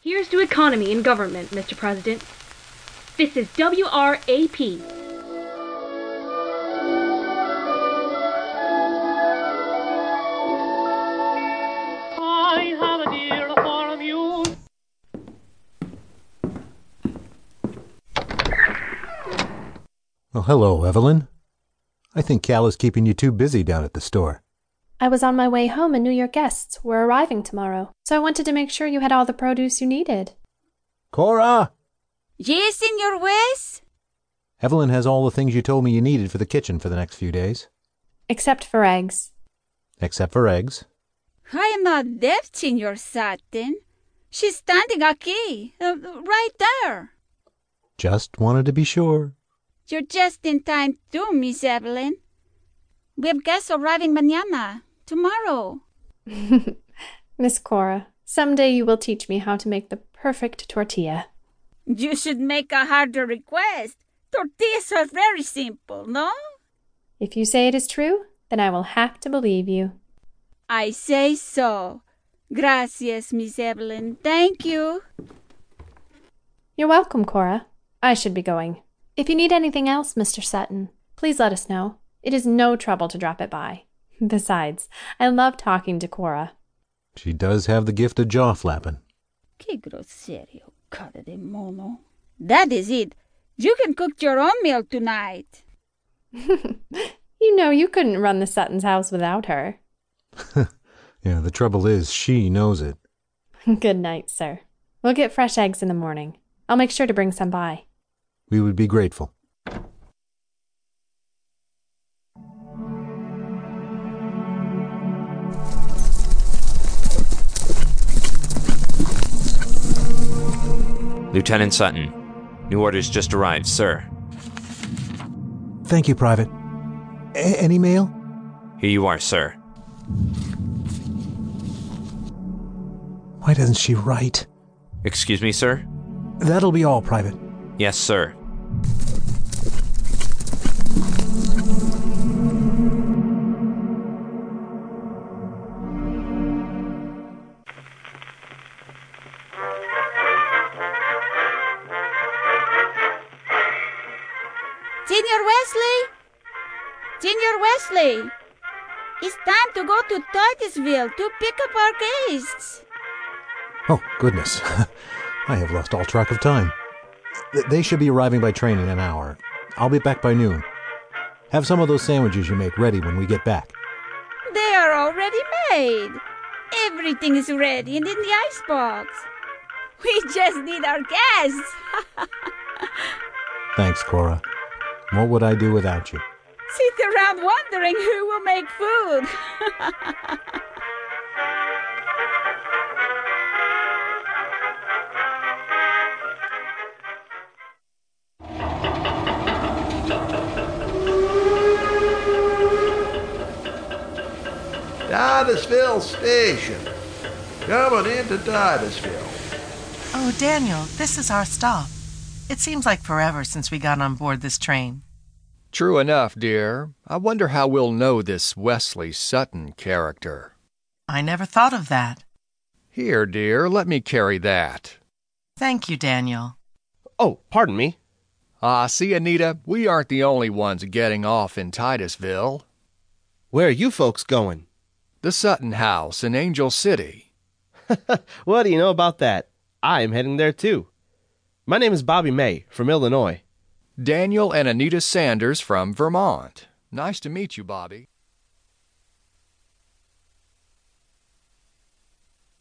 Here's to economy in government, Mr. President. This is WRAP. I have a deal for a mule. Well, hello, Evelyn. I think Cal is keeping you too busy down at the store. I was on my way home and knew your guests were arriving tomorrow, so I wanted to make sure you had all the produce you needed. Cora! Yes, in your ways? Evelyn has all the things you told me you needed for the kitchen for the next few days, Except for eggs. except for eggs. I am not left in your satin. She's standing aquí, uh, right there. Just wanted to be sure. You're just in time too, Miss Evelyn. We have guests arriving mañana, tomorrow. Miss Cora, someday you will teach me how to make the perfect tortilla. You should make a harder request. Tortillas are very simple, no? If you say it is true, then I will have to believe you. I say so. Gracias, Miss Evelyn. Thank you. You're welcome, Cora. I should be going. If you need anything else, Mr. Sutton, please let us know. It is no trouble to drop it by. Besides, I love talking to Cora. She does have the gift of jaw flapping. Que grosserio, cara de mono. That is it. You can cook your own meal tonight. You know you couldn't run the Sutton's house without her. Yeah, the trouble is, she knows it. Good night, sir. We'll get fresh eggs in the morning. I'll make sure to bring some by. We would be grateful. Lieutenant Sutton, new orders just arrived, sir. Thank you, Private. A- any mail? Here you are, sir. Why doesn't she write? Excuse me, sir? That'll be all, Private. Yes, sir. Senior Wesley? Senior Wesley? It's time to go to Titusville to pick up our guests. Oh, goodness. I have lost all track of time. Th- They should be arriving by train in an hour. I'll be back by noon. Have some of those sandwiches you make ready when we get back. They are already made. Everything is ready and in the icebox. We just need our guests. Thanks, Cora. What would I do without you? Sit around wondering who will make food. Titusville Station. Coming into Titusville. Oh, Daniel, this is our stop. It seems like forever since we got on board this train. True enough, dear. I wonder how we'll know this Wesley Sutton character. I never thought of that. Here, dear, let me carry that. Thank you, Daniel. Oh, pardon me. Ah, see, Anita, we aren't the only ones getting off in Titusville. Where are you folks going? The Sutton House in Angel City. What do you know about that? I am heading there too. My name is Bobby May from Illinois. Daniel and Anita Sanders from Vermont. Nice to meet you, Bobby.